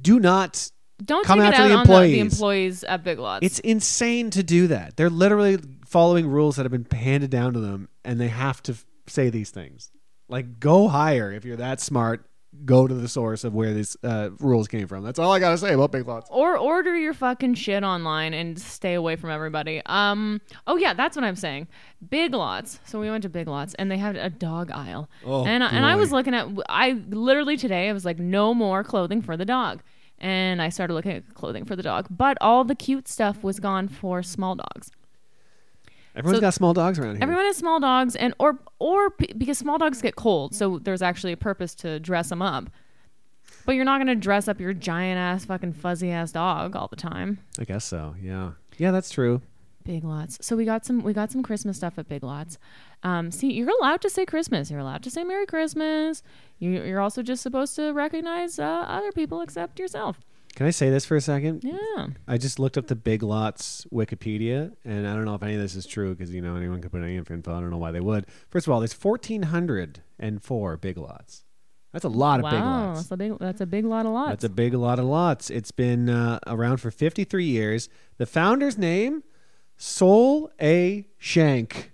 D: do not.
C: don't
D: Come
C: take it
D: after
C: out
D: the
C: on the,
D: employees.
C: the employees at Big Lots.
D: It's insane to do that. They're literally following rules that have been handed down to them, and they have to f- say these things. Like go higher if you're that smart. Go to the source of where these uh, rules came from. That's all I gotta say about Big Lots.
C: or order your fucking shit online and stay away from everybody. Um. Oh yeah, that's what I'm saying. Big Lots. So we went to Big Lots and they had a dog aisle.
D: Oh,
C: and I, and I
D: boy.
C: was looking at. I literally today I was like, no more clothing for the dog. And I started looking at clothing for the dog, but all the cute stuff was gone for small dogs.
D: Everyone's
C: So-
D: got small dogs around here.
C: Everyone has small dogs, and or or p- because small dogs get cold, so there's actually a purpose to dress them up. But you're not gonna dress up your giant ass fucking fuzzy ass dog all the time.
D: I guess so. Yeah. Yeah, that's true.
C: Big Lots. So we got some we got some Christmas stuff at Big Lots. Um, see, you're allowed to say Christmas. You're allowed to say Merry Christmas. You, you're also just supposed to recognize uh, other people except yourself.
D: Can I say this for a second?
C: Yeah.
D: I just looked up the Big Lots Wikipedia, and I don't know if any of this is true because you know anyone could put any info. I don't know why they would. First of all, there's 1,404 Big Lots. That's a lot of big
C: wow,
D: lots.
C: that's a big that's a big lot of lots.
D: That's a big lot of lots. It's been uh, around for 53 years. The founder's name, Sol A. Shank.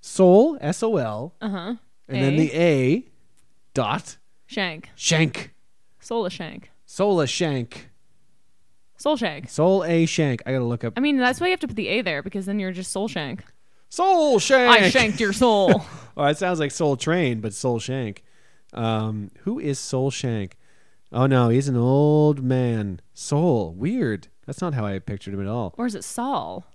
D: Sol, S O L,
C: uh huh.
D: and then the A dot
C: shank,
D: Shank.
C: soul shank,
D: Sol A. Shank.
C: soul shank.
D: Sol A. Shank. I got to look up.
C: I mean, that's why you have to put the A there because then you're just soul shank.
D: Sol Shank.
C: I shanked your soul.
D: Oh, it sounds like Soul Train, but Soul Shank. Um, who is Soul Shank? Oh, no, he's an old man. Soul. Weird. That's not how I pictured him at all.
C: or is it Saul?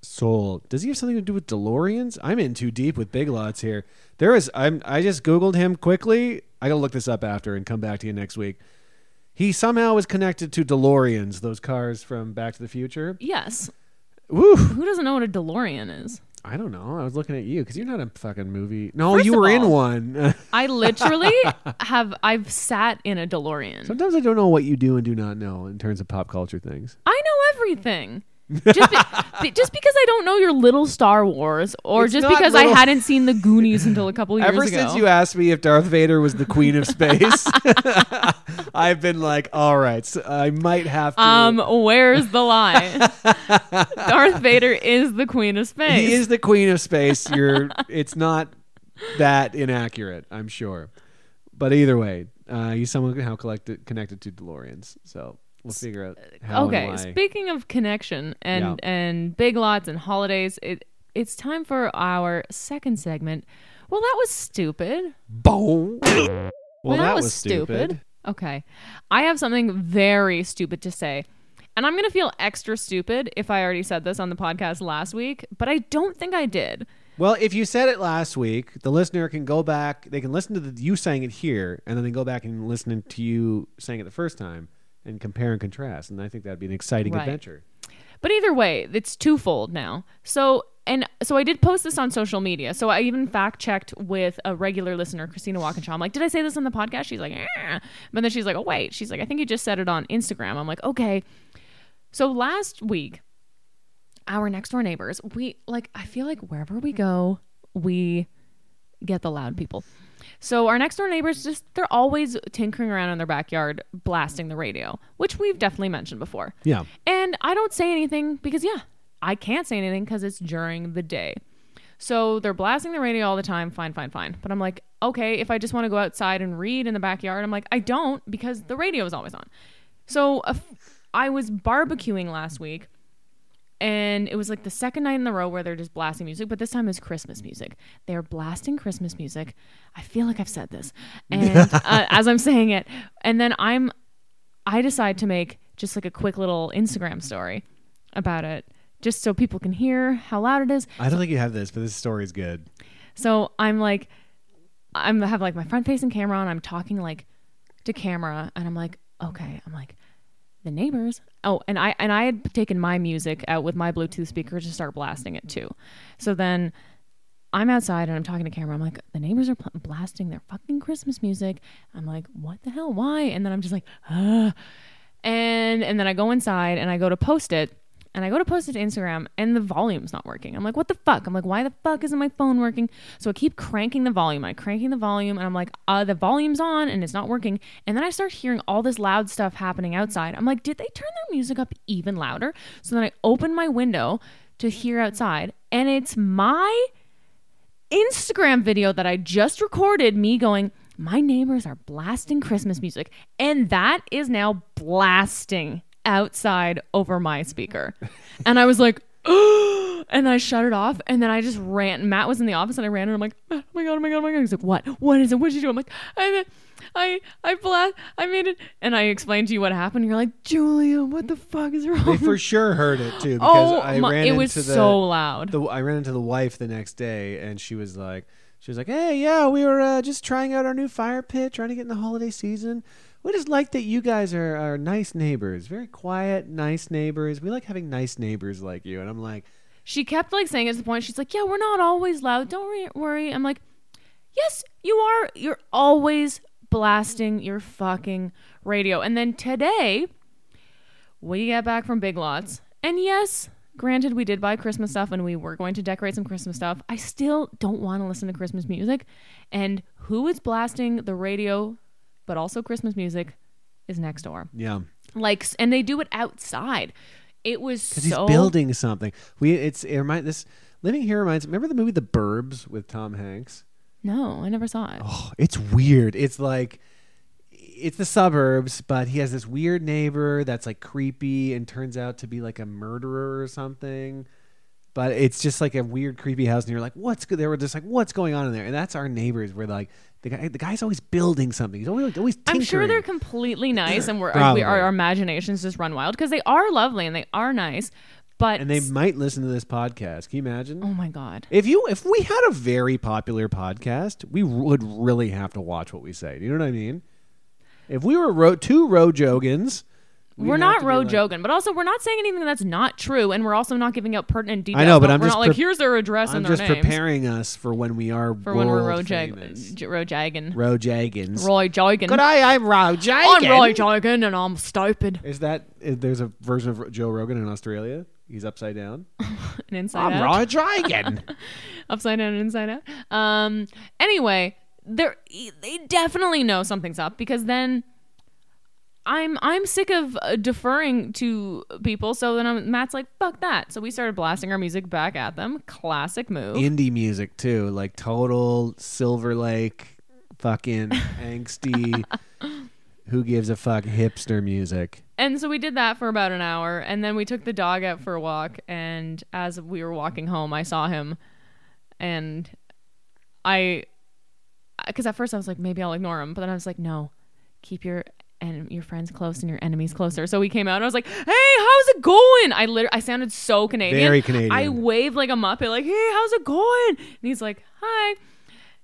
D: Soul. Does he have something to do with DeLoreans? I'm in too deep with big lots here. There is I'm I just googled him quickly. I got to look this up after and come back to you next week. He somehow is connected to DeLoreans, those cars from Back to the Future.
C: Yes.
D: Woo!
C: Who doesn't know what a DeLorean is?
D: I don't know. I was looking at you cuz you're not a fucking movie. No,
C: First
D: you
C: of
D: were in
C: all-
D: one.
C: I literally have I've sat in a DeLorean.
D: Sometimes I don't know what you do and do not know in terms of pop culture things.
C: I know everything. just, be- be- just because I don't know your little Star Wars, or
D: It's
C: just
D: not
C: because I
D: little-
C: hadn't seen the Goonies until a couple years
D: Ever
C: ago.
D: since you asked me if Darth Vader was the queen of space, I've been like, all right, so I might have to
C: um, where's the line? Darth Vader is the Queen of Space.
D: He is the queen of space. You're. it's not that inaccurate, I'm sure. But either way, uh, he's somehow collected, connected to DeLoreans. So we'll figure out how and
C: okay.
D: why.
C: Speaking of connection and
D: Yeah.
C: and big lots and holidays, it it's time for our second segment. Well, that was stupid.
D: Boom. Well,
C: Well, that, was, stupid. Okay. I have something very stupid to say. And I'm going to feel extra stupid if I already said this on the podcast last week, but I don't think I did.
D: Well, if you said it last week, the listener can go back. They can listen to the, you saying it here, and then they go back and listen to you saying it the first time, and compare and contrast. And I think that'd be an exciting
C: Right.
D: adventure.
C: But either way, it's twofold now. So, and so I did post this on social media. So I even fact checked with a regular listener, Christina Walkinshaw. I'm like, did I say this on the podcast? She's like, "Eh." but then she's like, oh, wait. She's like, I think you just said it on Instagram. I'm like, okay. So last week, our next door neighbors, we like, I feel like wherever we go, we get the loud people. So our next door neighbors just they're always tinkering around in their backyard blasting the radio, which we've definitely mentioned before.
D: Yeah.
C: And I don't say anything because, yeah, I can't say anything because it's during the day. So they're blasting the radio all the time. Fine, fine, fine. But I'm like, okay, if I just want to go outside and read in the backyard, I'm like, I don't because the radio is always on. So a f- I was barbecuing last week and it was like the second night in the row where they're just blasting music, but this time it's Christmas music. They're blasting Christmas music. I feel like I've said this, and uh, as I'm saying it, and then I'm, I decide to make just like a quick little Instagram story about it, just so people can hear how loud it is.
D: I don't think you have this, but this story is good.
C: So I'm like, I'm I have like my front facing camera on. I'm talking like to camera, and I'm like, okay, I'm like the neighbors. Oh, and I and I had taken my music out with my Bluetooth speaker to start blasting it too. So then I'm outside and I'm talking to camera. I'm like, the neighbors are pl- blasting their fucking Christmas music. I'm like, what the hell? Why? And then I'm just like, ah. and and then I go inside and I go to post it. And I go to post it to Instagram and the volume's not working. I'm like, what the fuck? I'm like, why the fuck isn't my phone working? So I keep cranking the volume. I'm cranking the volume and I'm like, uh, the volume's on and it's not working. And then I start hearing all this loud stuff happening outside. I'm like, did they turn their music up even louder? So then I open my window to hear outside and it's my Instagram video that I just recorded me going, My neighbors are blasting Christmas music. And that is now blasting outside over my speaker. And I was like, and I shut it off. And then I just ran. Matt was in the office and I ran and I'm like, oh my God, oh my God, oh my God. He's like, what? What is it? What did you do? I'm like, I, I, I, blast, I made it. And I explained to you what happened. You're like, Julia, what the fuck is wrong?
D: They
C: with
D: for sure heard it too because
C: Oh,
D: I
C: my,
D: ran
C: it was
D: into the
C: so loud.
D: the I ran into the wife the next day, and she was like, she was like, "Hey, yeah, we were uh, just trying out our new fire pit, trying to get in the holiday season. We just like that you guys are are nice neighbors, very quiet, nice neighbors. We like having nice neighbors like you." And I'm like,
C: she kept like saying it to the point she's like yeah we're not always loud don't re- worry i'm like yes you are you're always blasting your fucking radio and then today we get back from big lots and yes Granted, we did buy Christmas stuff and we were going to decorate some Christmas stuff. I still don't want to listen to Christmas music. And who is blasting the radio, but also Christmas music, is next door.
D: Yeah.
C: Like, s- and they do it outside. It was so.
D: Because he's building something. We it's it remind this living here reminds. Remember the movie The Burbs with Tom Hanks?
C: No, I never saw it.
D: Oh, it's weird. It's like it's the suburbs, but he has this weird neighbor that's like creepy and turns out to be like a murderer or something. But it's just like a weird, creepy house, and you're like, "What's good?" They were just like, "What's going on in there?" And that's our neighbors. We're like, the guy, the guy's always building something. He's always always. Tinkering.
C: I'm sure they're completely nice, and we're,
D: Probably.
C: we, our, our imaginations just run wild because they are lovely and they are nice. But
D: and they might listen to this podcast. Can you imagine?
C: oh my god,
D: If you if we had a very popular podcast, we would really have to watch what we say. Do you know what I mean? If we were ro- two Rojogans, we'd
C: we're
D: have
C: not
D: to be
C: road
D: like-
C: joking, but also we're not saying anything that's not true, and we're also not giving out pertinent details.
D: I know, but
C: We're
D: I'm
C: not
D: just
C: like
D: prep-
C: here's their address
D: I'm
C: and
D: just
C: their names
D: preparing us for when we are
C: for when we're road
D: world
C: jag-
D: famous.
C: j- road jogging.
D: Rojogans.
C: Roy jogging.
D: Good day, I'm Rojogan.
C: I'm road jogging, and I'm stupid
D: Is that is, there's a version of Joe Rogan in Australia? He's upside down.
C: and inside
D: I'm
C: out.
D: Rojogan.
C: upside down and inside out. Um. Anyway, they're they definitely know something's up because then I'm I'm sick of uh, deferring to people. So then I'm, Matt's like, "Fuck that!" So we started blasting our music back at them. Classic move.
D: Indie music too, like total Silver Lake, fucking angsty. Who gives a fuck hipster music?
C: and so we did that for about an hour, and then we took the dog out for a walk. And as we were walking home, I saw him, and I, because at first I was like, maybe I'll ignore him, but then I was like, no, keep your and your friends close and your enemies closer. So we came out, and I was like, hey, how's it going? I literally, I sounded so Canadian,
D: Very Canadian.
C: I waved like a muppet, like, hey, how's it going? And he's like, hi.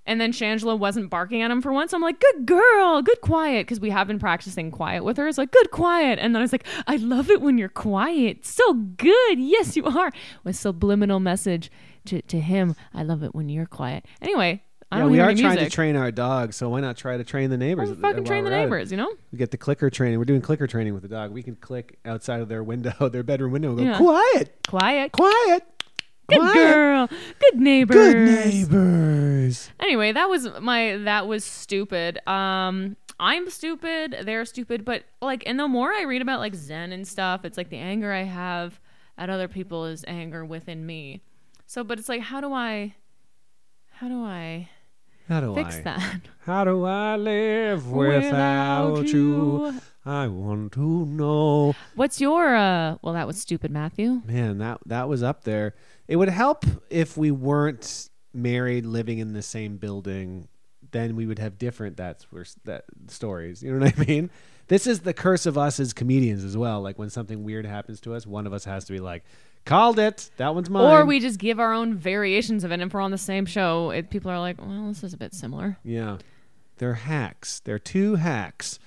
C: And then Shangela wasn't barking at him for once. I'm like, good girl, good quiet. Because we have been practicing quiet with her. It's like, good quiet. And then I was like, I love it when you're quiet. So good. Yes, you are. With subliminal message to, to him. I love it when you're quiet. Anyway, I
D: Yeah,
C: don't
D: we
C: hear
D: are
C: any
D: trying to
C: music.
D: train our dogs, so why not try to train the neighbors?
C: Well,
D: at the-
C: fucking
D: while
C: train the
D: we're at it?
C: neighbors, you know?
D: We get the clicker training. We're doing clicker training with the dog. We can click outside of their window, their bedroom window, and go
C: Yeah.
D: quiet,
C: Quiet.
D: quiet,
C: Good
D: quiet.
C: girl. Good neighbors.
D: Good neighbors.
C: Anyway, that was my that was stupid. Um I'm stupid, they're stupid, but like and the more I read about like zen and stuff, it's like the anger I have at other people is anger within me. So but it's like how do I how do I
D: How do
C: fix
D: I?
C: that?
D: How do I live without,
C: Without
D: you?
C: you.
D: I want to know.
C: What's your uh well that was stupid, Matthew.
D: Man, that that was up there. It would help if we weren't married, living in the same building. Then we would have different that's where that stories. You know what I mean? This is the curse of us as comedians as well. Like when something weird happens to us, one of us has to be like, "Called it. That one's mine."
C: Or we just give our own variations of it and if we're on the same show, it, people are like, Well, this is a bit similar.
D: Yeah. They're hacks. They're two hacks.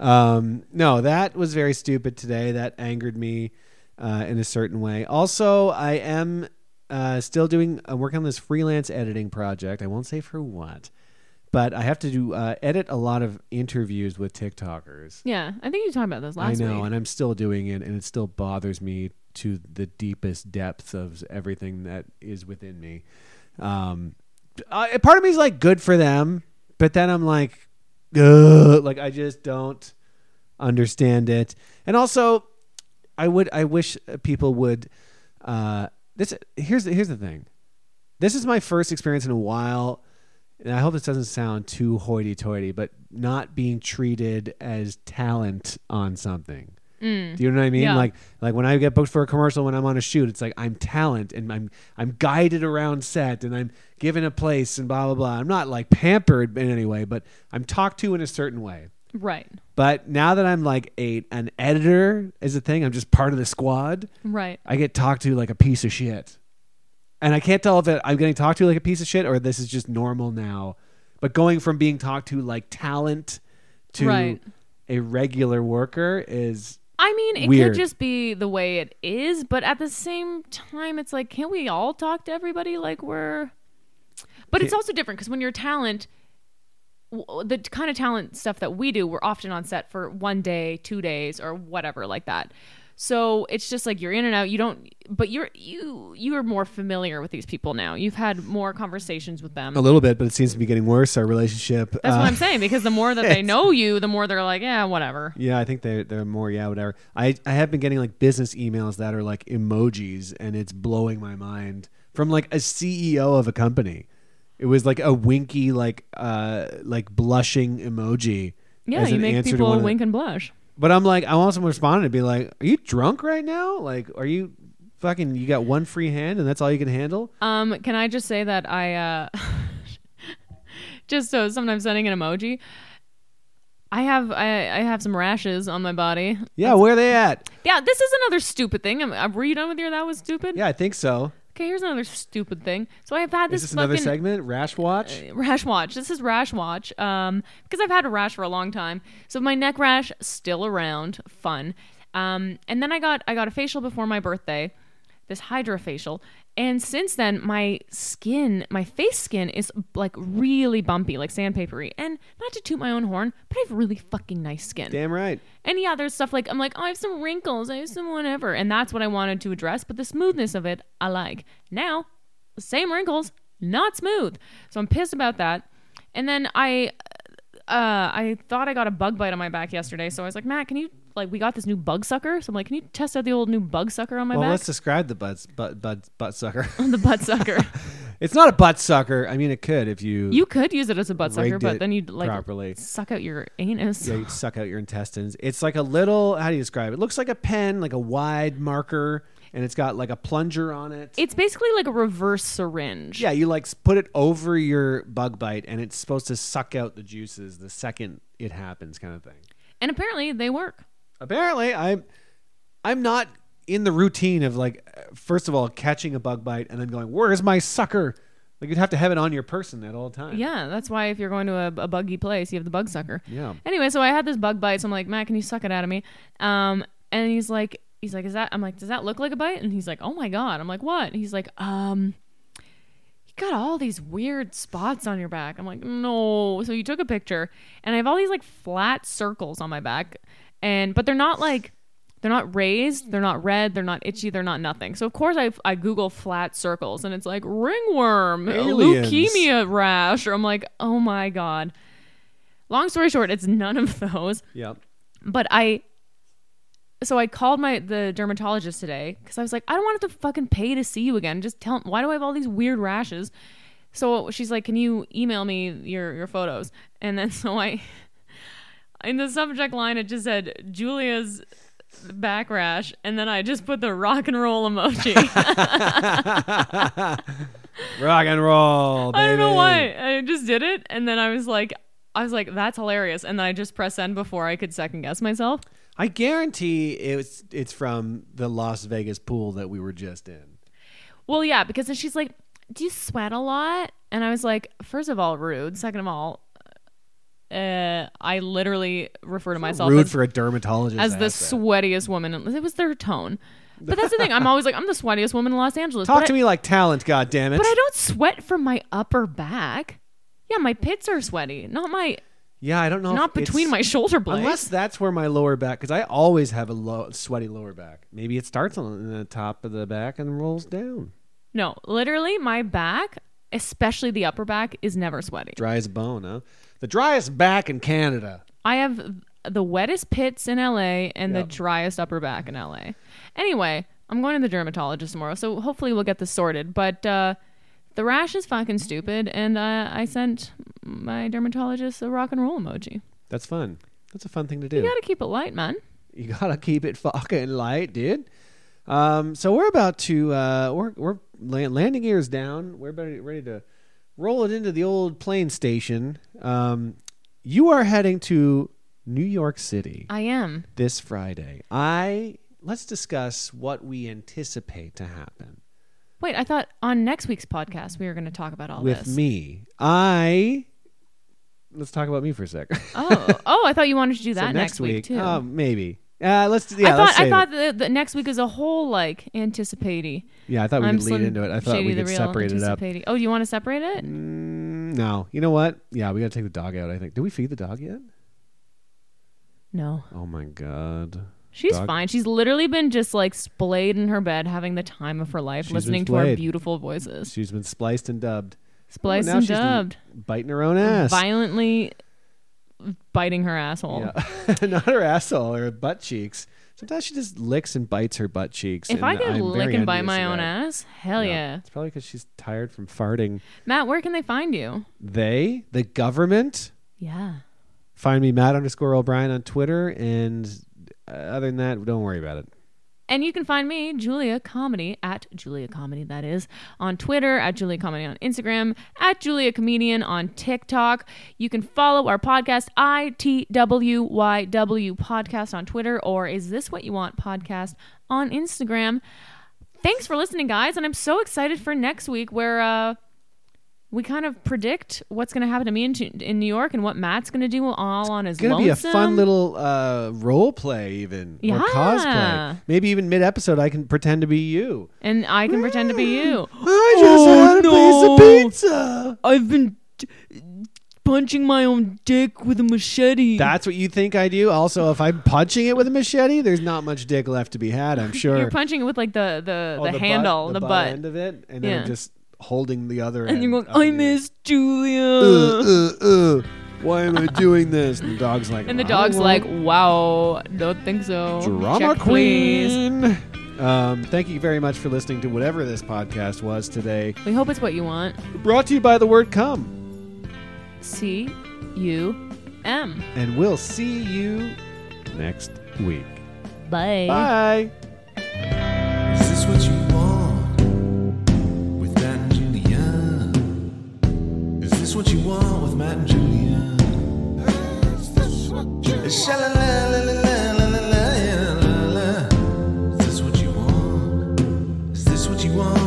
D: Um, no, that was very stupid today. That angered me uh, in a certain way. Also, I am uh, still doing, I'm working on this freelance editing project. I won't say for what, but I have to do uh, edit a lot of interviews with TikTokers.
C: Yeah. I think you talked about this last
D: I know,
C: week.
D: and I'm still doing it, and it still bothers me to the deepest depths of everything that is within me. Um, I, part of me is like good for them, but then I'm like, Ugh, like I just don't understand it. And also, I would, I wish uh, people would. Uh, this here's the, here's the thing. This is my first experience in a while, and I hope this doesn't sound too hoity-toity, but not being treated as talent on something. Do you know what I mean?
C: Yeah.
D: Like, like when I get booked for a commercial, when I'm on a shoot, it's like I'm talent and I'm I'm guided around set and I'm given a place and blah blah blah. I'm not like pampered in any way, but I'm talked to in a certain way.
C: Right.
D: But now that I'm like a an editor is a thing, I'm just part of the squad.
C: Right.
D: I get talked to like a piece of shit. And I can't tell if it, I'm getting talked to like a piece of shit or this is just normal now. But going from being talked to like talent to
C: Right.
D: a regular worker is
C: I mean, it
D: Weird.
C: could just be the way it is, but at the same time, it's like, can't we all talk to everybody like we're. But it's also different because when you're talent, w- the kind of talent stuff that we do, we're often on set for one day, two days, or whatever like that. So it's just like you're in and out. You don't, but you're you you are more familiar with these people now. You've had more conversations with them.
D: a little bit, but it seems to be getting worse. Our relationship.
C: That's
D: Uh,
C: what I'm saying because the more that they know you, the more they're like, yeah, whatever.
D: Yeah, I think they're they're more yeah whatever. I I have been getting like business emails that are like emojis, and it's blowing my mind from like a CEO of a company. It was like a winky like uh like blushing emoji.
C: Yeah,
D: as
C: you
D: an
C: make
D: answer to
C: people
D: one of the-
C: wink and blush.
D: but I'm like, I want someone to respond and be like, "Are you drunk right now? Like, are you fucking? You got one free hand, and that's all you can handle."
C: Um, can I just say that I uh just so sometimes sending an emoji. I have I, I have some rashes on my body.
D: Yeah, where they at?
C: Yeah, this is another stupid thing. I'm, I'm, were you done with your that was stupid?
D: Yeah, I think so.
C: Okay, here's another stupid thing. So I've had
D: Is
C: this,
D: this
C: fucking Uh,
D: another segment? Rash watch.
C: rash watch. This is rash watch. Um, because I've had a rash for a long time, so my neck rash still around. Fun. Um, and then I got I got a facial before my birthday, this Hydra facial, and since then my skin, my face skin is like really bumpy, like sandpapery. And not to toot my own horn, but I have really fucking nice skin.
D: Damn right.
C: And yeah, there's stuff like I'm like, oh, I have some wrinkles, I have some whatever, and that's what I wanted to address. But the smoothness of it, I like. Now, same wrinkles, not smooth. So I'm pissed about that. And then I, uh, I thought I got a bug bite on my back yesterday, so I was like, Matt, can you like we got this new bug sucker? So I'm like, can you test out the old new bug sucker on my
D: Well,
C: back?
D: let's describe the butt butt butt butt sucker.
C: the butt sucker.
D: it's not a butt sucker. I mean, it could if you
C: you could use it as a butt sucker,
D: rigged
C: but
D: it
C: then you'd like
D: properly.
C: suck out your anus.
D: Yeah, you suck out your intestines. It's like a little. How do you describe it? It looks like a pen, like a wide marker, and it's got like a plunger on it.
C: It's basically like a reverse syringe.
D: yeah, you like s- put it over your bug bite, and it's supposed to suck out the juices the second it happens, kind of thing.
C: And apparently they work.
D: Apparently, I'm I'm not in the routine of like uh, first of all catching a bug bite and then going, "Where's my sucker?" Like you'd have to have it on your person at all times.
C: Yeah, that's why if you're going to a, a buggy place, you have the bug sucker.
D: Yeah.
C: Anyway, so I had this bug bite, so I'm like, Matt, can you suck it out of me? Um, and he's like, he's like, is that? I'm like, does that look like a bite? And he's like, oh my god. I'm like, what? And he's like, um, you got all these weird spots on your back. I'm like, no. So you took a picture, and I have all these like flat circles on my back, and but they're not like. They're not raised. They're not red. They're not itchy. They're not nothing. So of course I, I Google flat circles and it's like ringworm,
D: Aliens.
C: leukemia, a rash or I'm like, oh my God. Long story short, it's none of those.
D: Yep.
C: But I so I called my the dermatologist today because I was like, I don't want to have to fucking pay to see you again. Just tell why do I have all these weird rashes? So she's like, Can you email me your your photos? And then so I in the subject line it just said Julia's back rash and then I just put the rock and roll emoji.
D: Rock and roll.
C: I don't know
D: baby.
C: why. I just did it, and then I was like, I was like, that's hilarious, and then I just press send before I could second guess myself.
D: I guarantee it's it's from the Las Vegas pool that we were just in.
C: Well, yeah, because then she's like, do you sweat a lot? And I was like, first of all, rude. Second of all, uh, I literally refer to myself
D: Rude
C: as,
D: for a dermatologist.
C: as
D: to
C: the
D: ask that.
C: sweatiest woman. It was their tone, but that's the thing. I'm always like, I'm the sweatiest woman in Los Angeles.
D: Talk
C: but
D: to
C: I,
D: me like talent, God damn it!
C: but I don't sweat from my upper back. Yeah, my pits are sweaty, not my
D: yeah, I don't know. if
C: not between
D: it's-
C: my shoulder blades.
D: Unless that's where my lower back, because I always have a low, sweaty lower back. Maybe it starts on the top of the back and rolls down,
C: No, literally, my back, especially the upper back, is never sweaty.
D: dry as a bone, huh? The driest back in Canada.
C: I have the wettest pits in LA and
D: Yep.
C: the driest upper back in LA. Anyway, I'm going to the dermatologist tomorrow, so hopefully we'll get this sorted. But uh, the rash is fucking stupid, and uh, I sent my dermatologist a rock and roll emoji.
D: That's fun. That's a fun thing to do.
C: You gotta keep it light, man.
D: you gotta keep it fucking light, dude. Um, so we're about to uh, we're we're la- landing gears down. We're about ready to roll it into the old plane station. Um, you are heading to New York City
C: I am.
D: this Friday. I let's discuss what we anticipate to happen
C: Wait, I thought on next week's podcast we were gonna talk about all
D: with
C: this.
D: me. I let's talk about me for a sec.
C: Oh, oh, I thought you wanted to do that
D: so next,
C: week, too.
D: uh, maybe. Uh, let's yeah.
C: I
D: let's
C: thought I
D: save it.
C: thought the, the next week is a whole like anticipate.
D: Yeah, I thought we
C: I'm
D: could lead
C: Slim
D: into it. I thought
C: Shady
D: we
C: the
D: could
C: Real
D: separate it up.
C: Anticipatey. Oh, you want to separate it?
D: Mm, no, you know what? Yeah, we got to take the dog out. I think. Did we feed the dog yet?
C: No.
D: Oh my god.
C: She's
D: Dog.
C: fine. She's literally been just like splayed in her bed, having the time of her life,
D: She's
C: listening
D: been
C: to our
D: splayed.
C: beautiful voices.
D: She's been spliced and dubbed. Oh,
C: Spliced
D: now
C: and
D: she's been
C: dubbed.
D: Biting her own ass.
C: Violently biting her asshole.
D: Yeah. Not her asshole, her butt cheeks. Sometimes she just licks and bites her butt cheeks.
C: If I could
D: I'm
C: lick
D: very
C: and bite
D: envious
C: my
D: of
C: own
D: that.
C: ass, hell yeah.
D: It's probably because she's tired from farting.
C: Matt, where can they find you?
D: They, the government,
C: Yeah.
D: find me Matt underscore O'Brien on Twitter. And uh, other than that, don't worry about it.
C: And you can find me, Julia Comedy, at Julia Comedy, that is, on Twitter, at Julia Comedy on Instagram, at Julia Comedian on TikTok. You can follow our podcast, ITWYW Podcast on Twitter, or Is This What You Want Podcast on Instagram. Thanks for listening, guys. And I'm so excited for next week where uh, we kind of predict what's going to happen to me in, in New York and what Matt's going to do all on his
D: It's gonna be a fun
C: lonesome.
D: little uh, role play, even or
C: Yeah.
D: cosplay. Maybe even mid episode, I can pretend to be you.
C: And I can pretend to be you.
D: I just
C: Oh,
D: had a
C: no.
D: piece of pizza.
C: I've been punching my own dick with a machete.
D: That's what you think I do. Also, if I'm punching it with a machete, there's not much dick left to be had. I'm sure.
C: You're punching it with like the the,
D: Oh,
C: the,
D: butt-
C: handle, the,
D: butt,
C: butt,
D: end of it, and then I'm
C: Yeah.
D: just holding the other.
C: and
D: end
C: you're going,
D: up
C: "I
D: in the air.
C: miss Julia,"
D: Uh, uh, uh. Why am I doing this? And the dog's like.
C: and the
D: "I
C: dog's
D: won't."
C: like, "Wow, don't think so."
D: drama
C: Check, Please.
D: queen. Um, thank you very much for listening to whatever this podcast was today.
C: We hope it's what you want.
D: Brought to you by the word come,
C: C U M.
D: and we'll see you next week.
C: Bye.
D: Bye.
A: Is this what you want with Matt and Julia? Is this what you want with Matt and Julia? Sha-la-la-la-la-la-la-la-la. Is this what you want? Is this what you want